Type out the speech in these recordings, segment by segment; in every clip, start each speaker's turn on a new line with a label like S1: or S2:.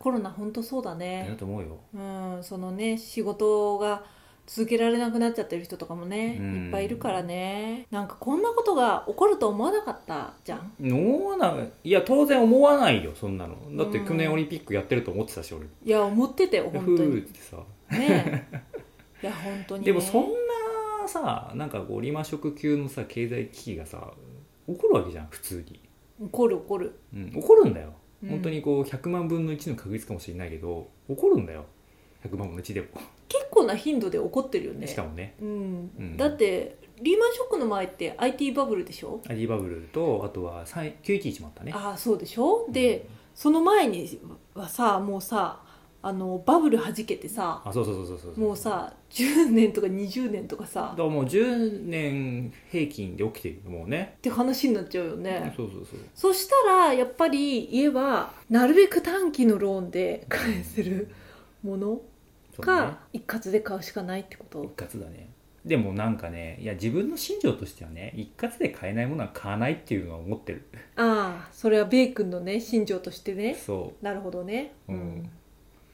S1: 本当そうだ
S2: だ
S1: ね、
S2: と思うよ
S1: うん、そのね仕事が続けられなくなっちゃってる人とかもね、
S2: うん
S1: いっぱいいるからねなんかこんなことが起こると思わなかったじゃん
S2: 思わないいや当然思わないよそんなのだって
S1: うん
S2: 去年オリンピックやってると思ってたし俺
S1: いや思ってて
S2: ふ
S1: 本当
S2: ーっ
S1: に
S2: てさ
S1: ねいや本当に、ね、
S2: でもそんなさなんかこうリマ食級のさ経済危機がさ起こるわけじゃん普通に、
S1: 起こる起こる、
S2: うん、起こるんだよ、
S1: うん
S2: 本当にこう100万分の1の確率かもしれないけど起こるんだよ100万分の1でも、
S1: 結構な頻度で起こってるよね
S2: しかもね
S1: うん
S2: うん
S1: だってリーマンショックの前って IT バブルでしょ
S2: アリバブルとあとは3 911もあったね
S1: ああそうでしょで、その前にはさもうさあのバブルはじけてさ
S2: あそうそうそうそうそう
S1: もうさ10年とか20年とか
S2: だか
S1: さ
S2: らもう10年平均で起きてるもうね
S1: って話になっちゃうよね、
S2: そうそうそう
S1: そしたらやっぱり家はなるべく短期のローンで返せるもの
S2: そうね
S1: か一括で買うしかないってこと
S2: 一括だねでもなんかねいや自分の信条としてはね一括で買えないものは買わないっていうのは思ってる
S1: ああそれはベイ君のね信条としてね
S2: そ
S1: なるほどね
S2: う、うん、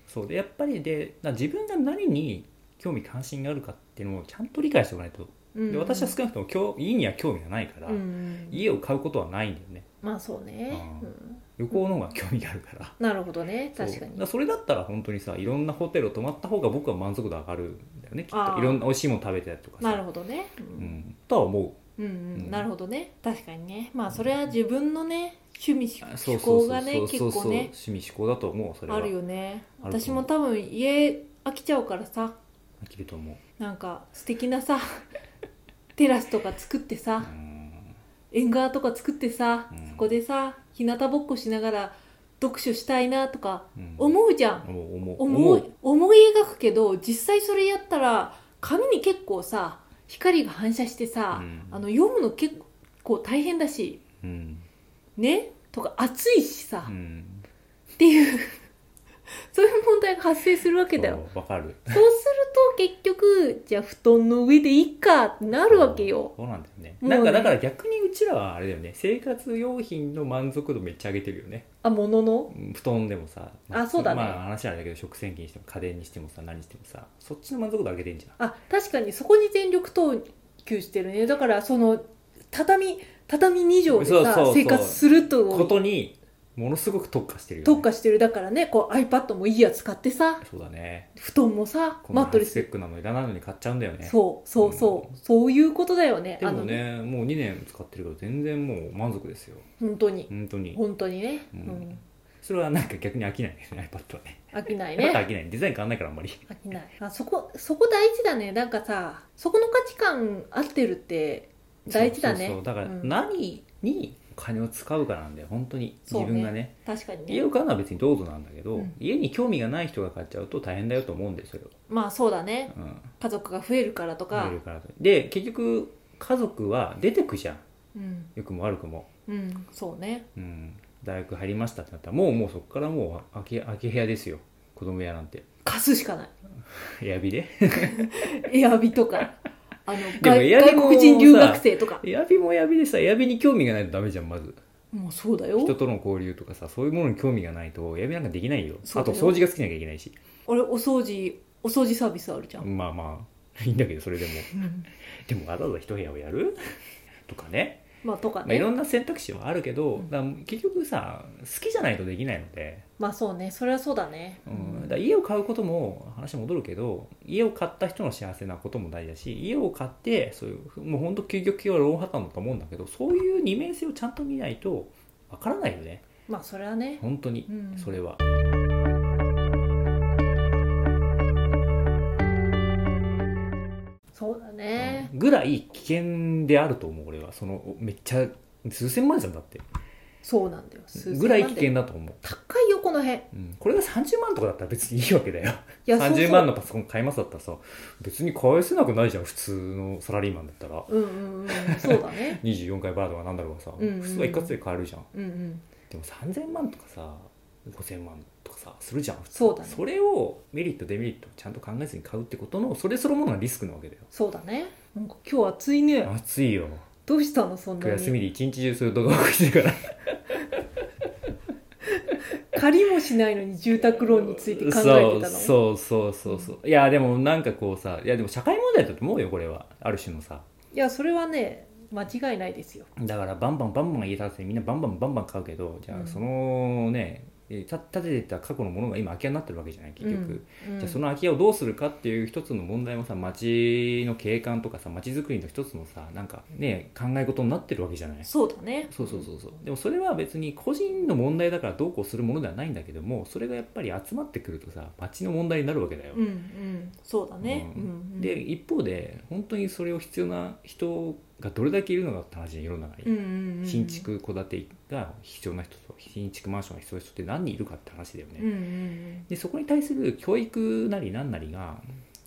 S2: そうでやっぱりでな自分が何に興味関心があるかっていうのをちゃんと理解しておかないと
S1: うん
S2: で私は少なくとも興家には興味がないから、
S1: うんうん
S2: 家を買うことはないんだよね
S1: まあそうね、
S2: う
S1: うん
S2: 旅行の方が興味があるから、
S1: なるほどね
S2: そう
S1: 確かに
S2: だらそれだったら本当にさいろんなホテルを泊まった方が僕は満足度上がるんだよねきっ
S1: あ
S2: と
S1: ー
S2: いろんな美味しいもの食べたりとかさ
S1: なるほどね、う
S2: うんん、とは思う
S1: うんう
S2: うん
S1: ん、なるほどね確かにねまあそれは自分のね趣味
S2: あ
S1: 趣向がね
S2: そうそう
S1: 結
S2: そう
S1: 構ね
S2: 趣味思考だと思うそれは
S1: あるよね
S2: あると思う
S1: 私も多分家飽きちゃうからさ
S2: 飽きると思う
S1: なんか素敵なさ テラスとか作って
S2: う
S1: さ
S2: ん
S1: 縁側とか作ってさ、
S2: うん
S1: そこでさ日向ぼっこしながら読書したいなとか
S2: うん
S1: 思うじゃん、
S2: 思う思う
S1: 思い思い描くけど実際それやったら紙に結構さ光が反射してさ、
S2: うん
S1: あの読むの結構大変だし
S2: うん
S1: ねとか暑いしさ、
S2: う
S1: っ
S2: ん
S1: ていう そういう問題が発生するわけだよ
S2: そうわかる
S1: そうすると結局じゃあ布団の上でいいかってな
S2: あ
S1: るわけよ
S2: そうなんだよね
S1: もうね
S2: なんかだから逆にうちらはあれだよね生活用品の満足度めっちゃ上げてるよね
S1: あものの
S2: うん布団でもさ
S1: あそうだね
S2: まあ話はあれだけど食洗機にしても家電にしてもさ何にしてもさそっちの満足度上げてんじゃん
S1: あ確かにそこに全力投球してるねだからその畳畳2畳でさ
S2: そうそうそう
S1: 生活すると
S2: ことにものすごく特化してるよね
S1: 特化してるだからねこう iPad もいいやつ買ってさ
S2: そうだね
S1: 布団もさ
S2: こん
S1: マ
S2: な
S1: ット
S2: ハイ
S1: レ
S2: スペ
S1: ス
S2: ックなのいらないのに買っちゃうんだよね
S1: そうそうそう、
S2: うん
S1: そういうことだよね
S2: で
S1: あ
S2: も
S1: の
S2: ねもう2年使ってるけど全然もう満足ですよ
S1: 本当に
S2: 本当に
S1: 本当にね、
S2: う
S1: うんん
S2: それはなんか逆に飽きないですね iPad はね
S1: 飽きない
S2: iPad は
S1: ね
S2: 飽きないデザイン変わんないからあんまり
S1: 飽きないあそこそこ大事だねなんかさそこの価値観合ってるって大事だね
S2: そうそうそうだから
S1: うん
S2: 何にお金を使うかなんだよ本当に
S1: そう
S2: 自
S1: ね
S2: 分がね
S1: 確かに
S2: 家
S1: ね
S2: を買うのは別にどうぞなんだけど、
S1: うん
S2: 家に興味がない人が買っちゃうと大変だよと思うんですよ、
S1: まあそうだね
S2: うん、
S1: 家族が増えるからとか
S2: 見れるからとで結局家族は出てくじゃん
S1: うん、
S2: 良くも悪くも、
S1: うん、そうね
S2: うん、大学入りましたってなったらもうもうそこからもう空き空き部屋ですよ子供部屋なんて
S1: 貸すしかない
S2: エアビで
S1: エアビとかあの
S2: でも
S1: 外
S2: エアビ
S1: 外
S2: も
S1: 国人留学生とか
S2: エアビもエアビでさエアビに興味がないとダメじゃんまず
S1: もうそうだよ
S2: 人との交流とかさそういうものに興味がないとやめなんかできないよ
S1: そう
S2: あと
S1: だよ
S2: 掃除が好きなきゃいけないし
S1: 俺お掃除お掃除サービスあるじゃん、
S2: まあまあいいんだけどそれでも
S1: うん
S2: でもわざわざ一部屋をやる とかね、
S1: まあとか
S2: まあ、い
S1: ね
S2: ろんな選択肢はあるけど、
S1: うん
S2: だから結局さ好きじゃないとできないので、
S1: まあそうねそれはそうだね
S2: う
S1: うん
S2: ん、だから家を買うことも話戻るけど家を買った人の幸せなことも大事だし家を買ってそういうもう本当究極系はローン破綻だと思うんだけどそういう二面性をちゃんと見ないとわからないよね
S1: まあそれはね
S2: 本当に、
S1: うん
S2: それは。
S1: そうだね、
S2: ぐらい危険であると思う俺はそのめっちゃ数千万じゃんだって
S1: そうなんだよ数千万
S2: ぐ
S1: で
S2: らい危険だと思う、
S1: 高いよこの辺い
S2: うん、これが30万とかだったら別にいいわけだよ
S1: やそうそう
S2: 30万のパソコン買いますだったらさ別に返せなくないじゃん普通のサラリーマンだったら
S1: うんうんうんそうだ ね
S2: 24回バーとかなんだろうがさ、
S1: うんうんうん
S2: 普通は一括で買えるじゃん
S1: うんうん
S2: でも3000万とかさ5000万とかさするじゃん普通
S1: そうだね
S2: それをメリットデメリットをちゃんと考えずに買うってことのそれそのものがリスクなわけだよ
S1: そうだねなんか今日暑いね
S2: 暑いよ
S1: どうしたのそん
S2: 今
S1: な
S2: 日休みで
S1: に
S2: 一日中そういう動画をしてるから
S1: 借りもしないのに住宅ローンについて考えてたの
S2: そうそうそうそうそう、いやでもなんかこうさいやでも社会問題だと思うよこれはある種のさ
S1: いやそれはね間違いないですよ
S2: だからバンバンバンバン家建ててみんなバンバンバンバン買うけどじゃ
S1: うん
S2: あそのね、えーた建ててた過去のものが今空き家になってるわけじゃない結局、
S1: うん
S2: じゃあその空き家をどうするかっていう一つの問題もさ町の景観とかさ町づくりの一つのさなんかね考え事になってるわけじゃない
S1: そうだね
S2: そうそうそうそうでもそれは別に個人の問題だからどうこうするものではないんだけどもそれがやっぱり集まってくるとさ町の問題になるわけだよ、
S1: うんうんそうだね、
S2: う
S1: うんんうん、
S2: で一方で本当にそれを必要な人がどれだけいるのかって話で世の中に、
S1: うんうんうん
S2: 新築戸建てが必要な人と新築マンションが必要な人って何人いるかって話だよね、
S1: うんうん
S2: でそこに対する教育なり何なりが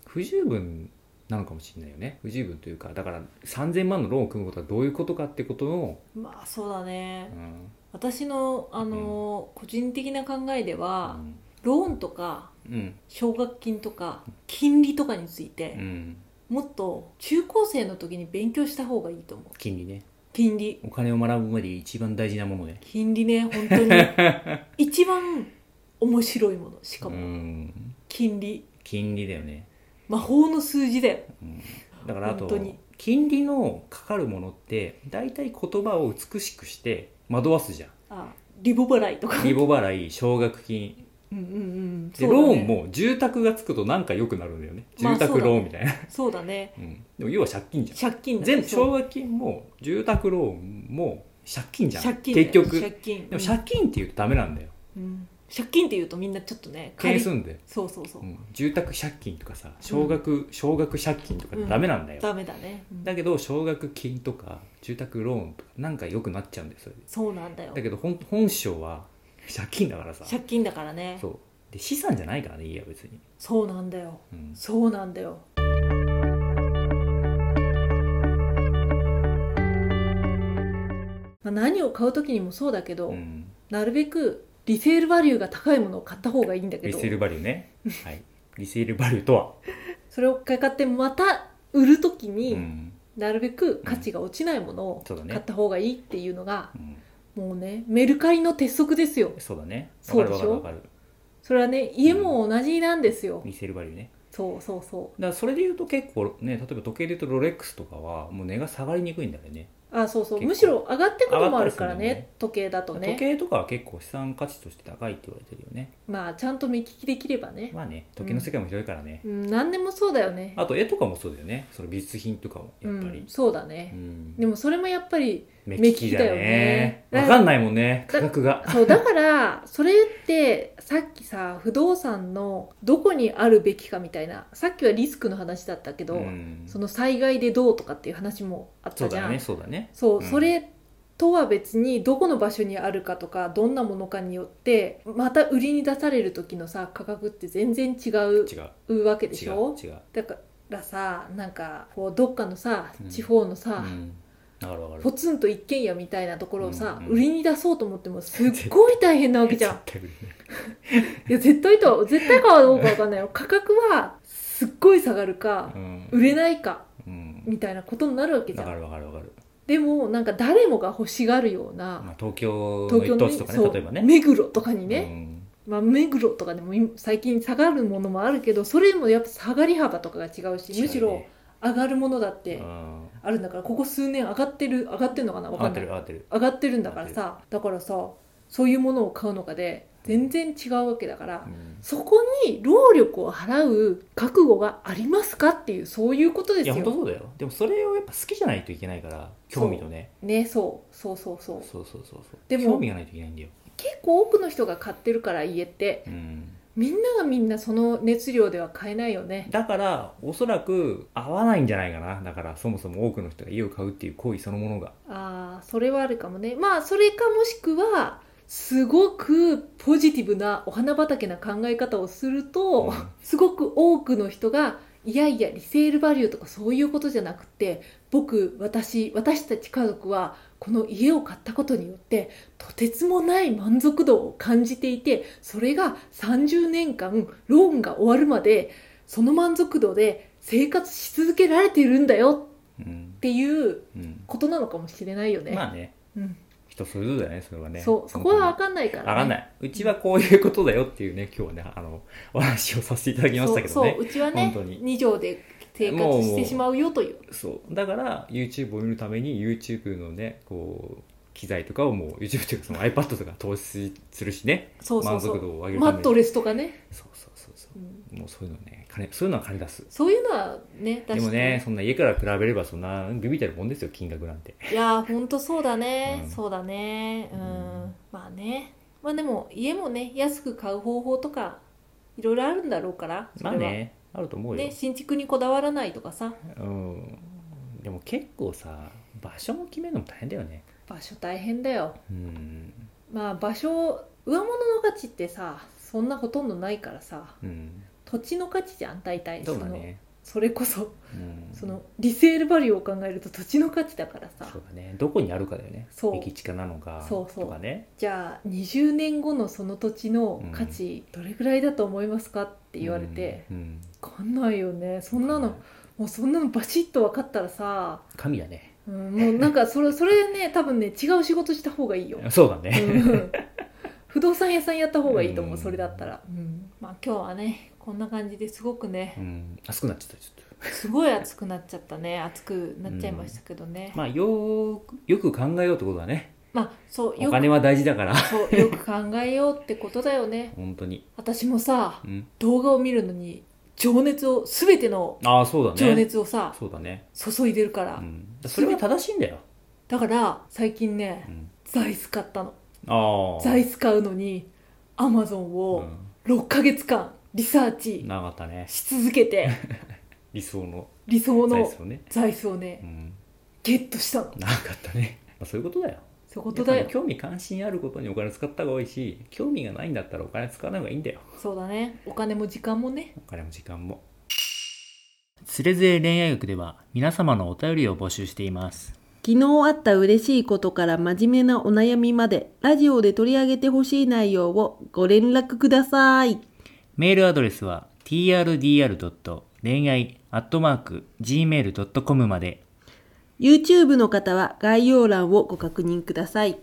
S2: 不十分なのかもしれないよね不十分というかだから3000万のローンを組むことはどういうことかってことの、
S1: うんまあそうだね
S2: うん
S1: 私のあの、個人的な考えでは、ローンとか
S2: うん
S1: 奨学金とか金利とかについうて、
S2: ん、
S1: もっと中高生の時に勉強した方がいいと思う
S2: 金利ね
S1: 金利
S2: お金を学ぶ上で一番大事なもので
S1: 金利ね本 当に一番面白いものしか
S2: う
S1: も
S2: ん
S1: 金利
S2: 金利だよね
S1: 魔法の数字だよ
S2: だからあ
S1: 本
S2: と
S1: 当に
S2: 金利のかかるものって大体言葉を美しくして惑わす じゃん
S1: あリボ払いとか
S2: リボ払い奨学金
S1: うんうんうん
S2: で、
S1: そうだ
S2: ロ
S1: ね
S2: ーンも住宅がつくとなんか良くなるんだよね
S1: まあ
S2: 住宅ローンみたいな、
S1: そうだね
S2: うんでも要は借金じゃん
S1: 借金だね
S2: 全部
S1: そ
S2: 奨
S1: う
S2: 学金も住宅ローンも借金じゃん
S1: 借金だよ
S2: 結局
S1: 借金
S2: でも借金って言うとダメなんだよ
S1: うん借金っていうとみんなちょっとね借
S2: 計
S1: り
S2: すんで、
S1: そうそうそう、
S2: うん住宅借金とかさ奨学奨学借金とかダメなんだよ、
S1: ダメだね、うん
S2: だけど奨学金とか住宅ローンとかなんか良くなっちゃうんだよそれで
S1: そうなんだよ
S2: だけど本本性は借金だからさ
S1: 借金だからね
S2: そうで資産じゃないからね家は別に、
S1: そうなんだよ
S2: うん、
S1: そうなんだよまあ何を買う時にもそうだけど、
S2: うん
S1: なるべくリセールバリューが高いものを買った方がいいんだけ
S2: リ
S1: ど
S2: セールバリューね、はい、リセールバリューとは、
S1: それを買ってまた売る時に、
S2: うん
S1: なるべく価値が落ちないものを
S2: そうだね
S1: 買った方がいいっていうのが
S2: うん
S1: もうねメルカリの鉄則ですよ
S2: そうだねわ
S1: そ
S2: か
S1: う
S2: る
S1: で
S2: わ
S1: し
S2: かる
S1: ょ
S2: わかる
S1: それはね家も同じなんですよ、
S2: リセールバリューね
S1: そうそうそ
S2: だからそれで言うと結構ね例えば時計で言うとロレックスとかはもう値が下がりにくいんだよね
S1: うあそうそう
S2: 結構
S1: むしろ上がってくこともあるから
S2: 上がったりす
S1: ね
S2: るね
S1: 時計だとね
S2: 時計とかは結構資産価値として高いって言われてるよね
S1: まあちゃんと目利きできればね、
S2: まあね時計の世界も広いからね、
S1: うん、何でもそうだよね
S2: あと絵とかもそうだよねその美術品とかもやっぱ
S1: う
S2: り
S1: ん、、そうだ
S2: う
S1: ね、
S2: ん
S1: でもそれもやっぱり
S2: 目利きだよね
S1: 目利きだよね
S2: わかんないもんね
S1: だ
S2: 価格が
S1: そうだからそれって さっきさ不動産のどこにあるべきかみたいなさっきはリスクの話だったけど、
S2: ん
S1: その災害でどうとかっていう話もあっ
S2: そ
S1: た
S2: う
S1: じゃ
S2: だ
S1: ん
S2: ねそうだね
S1: そう、
S2: うん
S1: それとは別にどこの場所にあるかとかどんなものかによってまた売りに出される時のさ価格って全然違
S2: 違う
S1: うわけで
S2: 違
S1: し
S2: う
S1: ょ
S2: 違う
S1: だからさなんかこうどっかのさ
S2: うん
S1: 地方のさ、
S2: うんわかるわかる
S1: ポツンと一軒家みたいなところをさ、
S2: うんうん
S1: 売りに出そうと思ってもすっごい大変なわけじゃん
S2: 絶対売れない
S1: いや絶対とは絶対かはどうかわかんないよ価格はすっごい下がるか
S2: う、ん
S1: 売れないか
S2: うん
S1: みたいなことになるわけじゃ
S2: わか
S1: ん
S2: るわかるわかる、
S1: でもなんか誰もが欲しがるような、
S2: まあ、東京の
S1: 東京
S2: 一
S1: の
S2: 等
S1: ね
S2: 地とか
S1: そ
S2: ね
S1: う
S2: 例えばね
S1: 目黒とかにね、
S2: うん
S1: まあ、目黒とかでも今最近下がるものもあるけどそれもやっぱ下がり幅とかが違うしむしろ上がるものだ
S2: 違
S1: っ
S2: う
S1: て
S2: ねうん
S1: あるんだからここ数年上がってる上がってるのかな
S2: 上
S1: わ
S2: が
S1: か
S2: っ
S1: ん
S2: て
S1: ない
S2: る上がってる
S1: 上がってるんだからさだからさそういうものを買うのかで全然違うわけだから、
S2: うん
S1: そこに労力を払う覚悟がありますかっていうそういうこと
S2: い
S1: です
S2: や本当
S1: よ。
S2: そうだよでもそれをやっぱ好きじゃないといけないから
S1: そう
S2: 興味とね
S1: ねそうそうそうそう
S2: そうそうそうそう
S1: でも
S2: 興味がないといけないんだよ、
S1: 結構多くの人が買ってるから家って
S2: うん、
S1: みんながみんなその熱量では買えないよね。
S2: だからおそらく合わないんじゃないかなだからそもそも多くの人が家を買うっていう行為そのものが
S1: ああそれはあるかもねまあそれかもしくはすごくポジティブなお花畑な考え方をする
S2: う
S1: と、
S2: ん
S1: すごく多くの人がいやいやリセールバリューとかそういうことじゃなくて僕私私たち家族はこの家を買ったことによってとてつもない満足度を感じていてそれが30年間ローンが終わるまでその満足度で生活し続けられているんだよ
S2: うん
S1: っていう
S2: うん
S1: ことなのかもしれないよね。
S2: まあね
S1: うん、
S2: 人それぞれだよねそれはね
S1: そうそこは分かんないから、ね、
S2: わかんない。うちはこういうことだよっていうね、今日はね、あの、 お話をさせていただきましたけどね
S1: そう。そううちはね
S2: 本当に
S1: 2畳で生活してしまうよという
S2: そう。だから、YouTube を見るために YouTube のね、こう、機材とかをもう YouTube というかその iPad とか投資するしね。
S1: そうそうそ
S2: 満足度を上げ
S1: う
S2: るため
S1: マ
S2: に
S1: ットレスとかね、
S2: そうそうそうそ
S1: うん
S2: う。もうそういうのね、金、そういうのは金出す。
S1: そういうのはね
S2: で
S1: 確
S2: も
S1: かに
S2: ね、そんな家から比べればそんなビビたるもんですよ、金額なんて。
S1: いやーほんとそうだね、
S2: うん
S1: そうだねうん、
S2: うん
S1: まあねまあでも家もね安く買う方法とかいろいろあるんだろうからそ
S2: ま
S1: れ
S2: あ
S1: は、
S2: ね、あると思うよ。
S1: ね新築にこだわらないとかさ
S2: うん。でも結構さ、場所も決めるのも大変だよね。
S1: 場所大変だよ
S2: うん。
S1: まあ場所上物の価値ってさそんなほとんどないからさ
S2: うん。
S1: 土地の価値じゃん大体
S2: そうだ
S1: の
S2: ね。
S1: それこそ
S2: うん
S1: そのリセールバリューを考えると土地の価値だからさ
S2: そうだねどこにあるかだよね
S1: そう
S2: 駅近なのか
S1: そうそう
S2: とかね
S1: じゃあ20年後のその土地の価値どれぐらいだと思いますかって言われて、
S2: うんうん
S1: わかんないよねそんなのもうそんなのバシッと分かったらさ、
S2: 神だね
S1: うん、もうなんかそれそれね多分ね違う仕事した方がい いよ、
S2: そうだ
S1: う
S2: ね、
S1: ん、不動産屋さんやった方がいいと思う、
S2: うん
S1: それだったら、うん、まあ今日はねこんな感じですごくね
S2: うん、熱くなっちゃったちょっ
S1: すごい熱くなっちゃったね熱くなっちゃいましたけどね、
S2: とまあよーくよく考えようってことだね
S1: まあそう
S2: お
S1: よく
S2: 金は大事だから
S1: そうよく考えようってことだよね
S2: 本当に
S1: 私もさ
S2: うん
S1: 動画を見るのに情熱を全ての
S2: ああそうだね
S1: 情熱をさ、
S2: そうだね、
S1: 注いでるか
S2: う
S1: ら、
S2: ん、それが正しいんだよ、
S1: だから最近ね
S2: うん、
S1: 座椅子買ったの
S2: ああ
S1: 座椅子買うのにアマゾンを6ヶ月間リサー
S2: うん、
S1: チ
S2: なかったね
S1: し続け て
S2: 理想の
S1: 理想
S2: サイ
S1: の
S2: ズをね、
S1: 座椅子を
S2: う
S1: ね
S2: ん、
S1: ゲットしたの
S2: なかったね、まあ、そういうことだよ
S1: そういうことだ
S2: やっ
S1: よ
S2: ぱり興味関心あることにお金使った方が多いし興味がないんだったらお金使わない方がいいんだよ
S1: そうだねお金も時間もね
S2: お金も時間も。つれづれ恋愛学では皆様のお便りを募集しています。
S3: 昨日あった嬉しいことから真面目なお悩みまで、ラジオで取り上げてほしい内容をご連絡ください。
S2: メールアドレスは trdr. 恋愛 .gmail.com まで。
S3: YouTube の方は概要欄をご確認ください。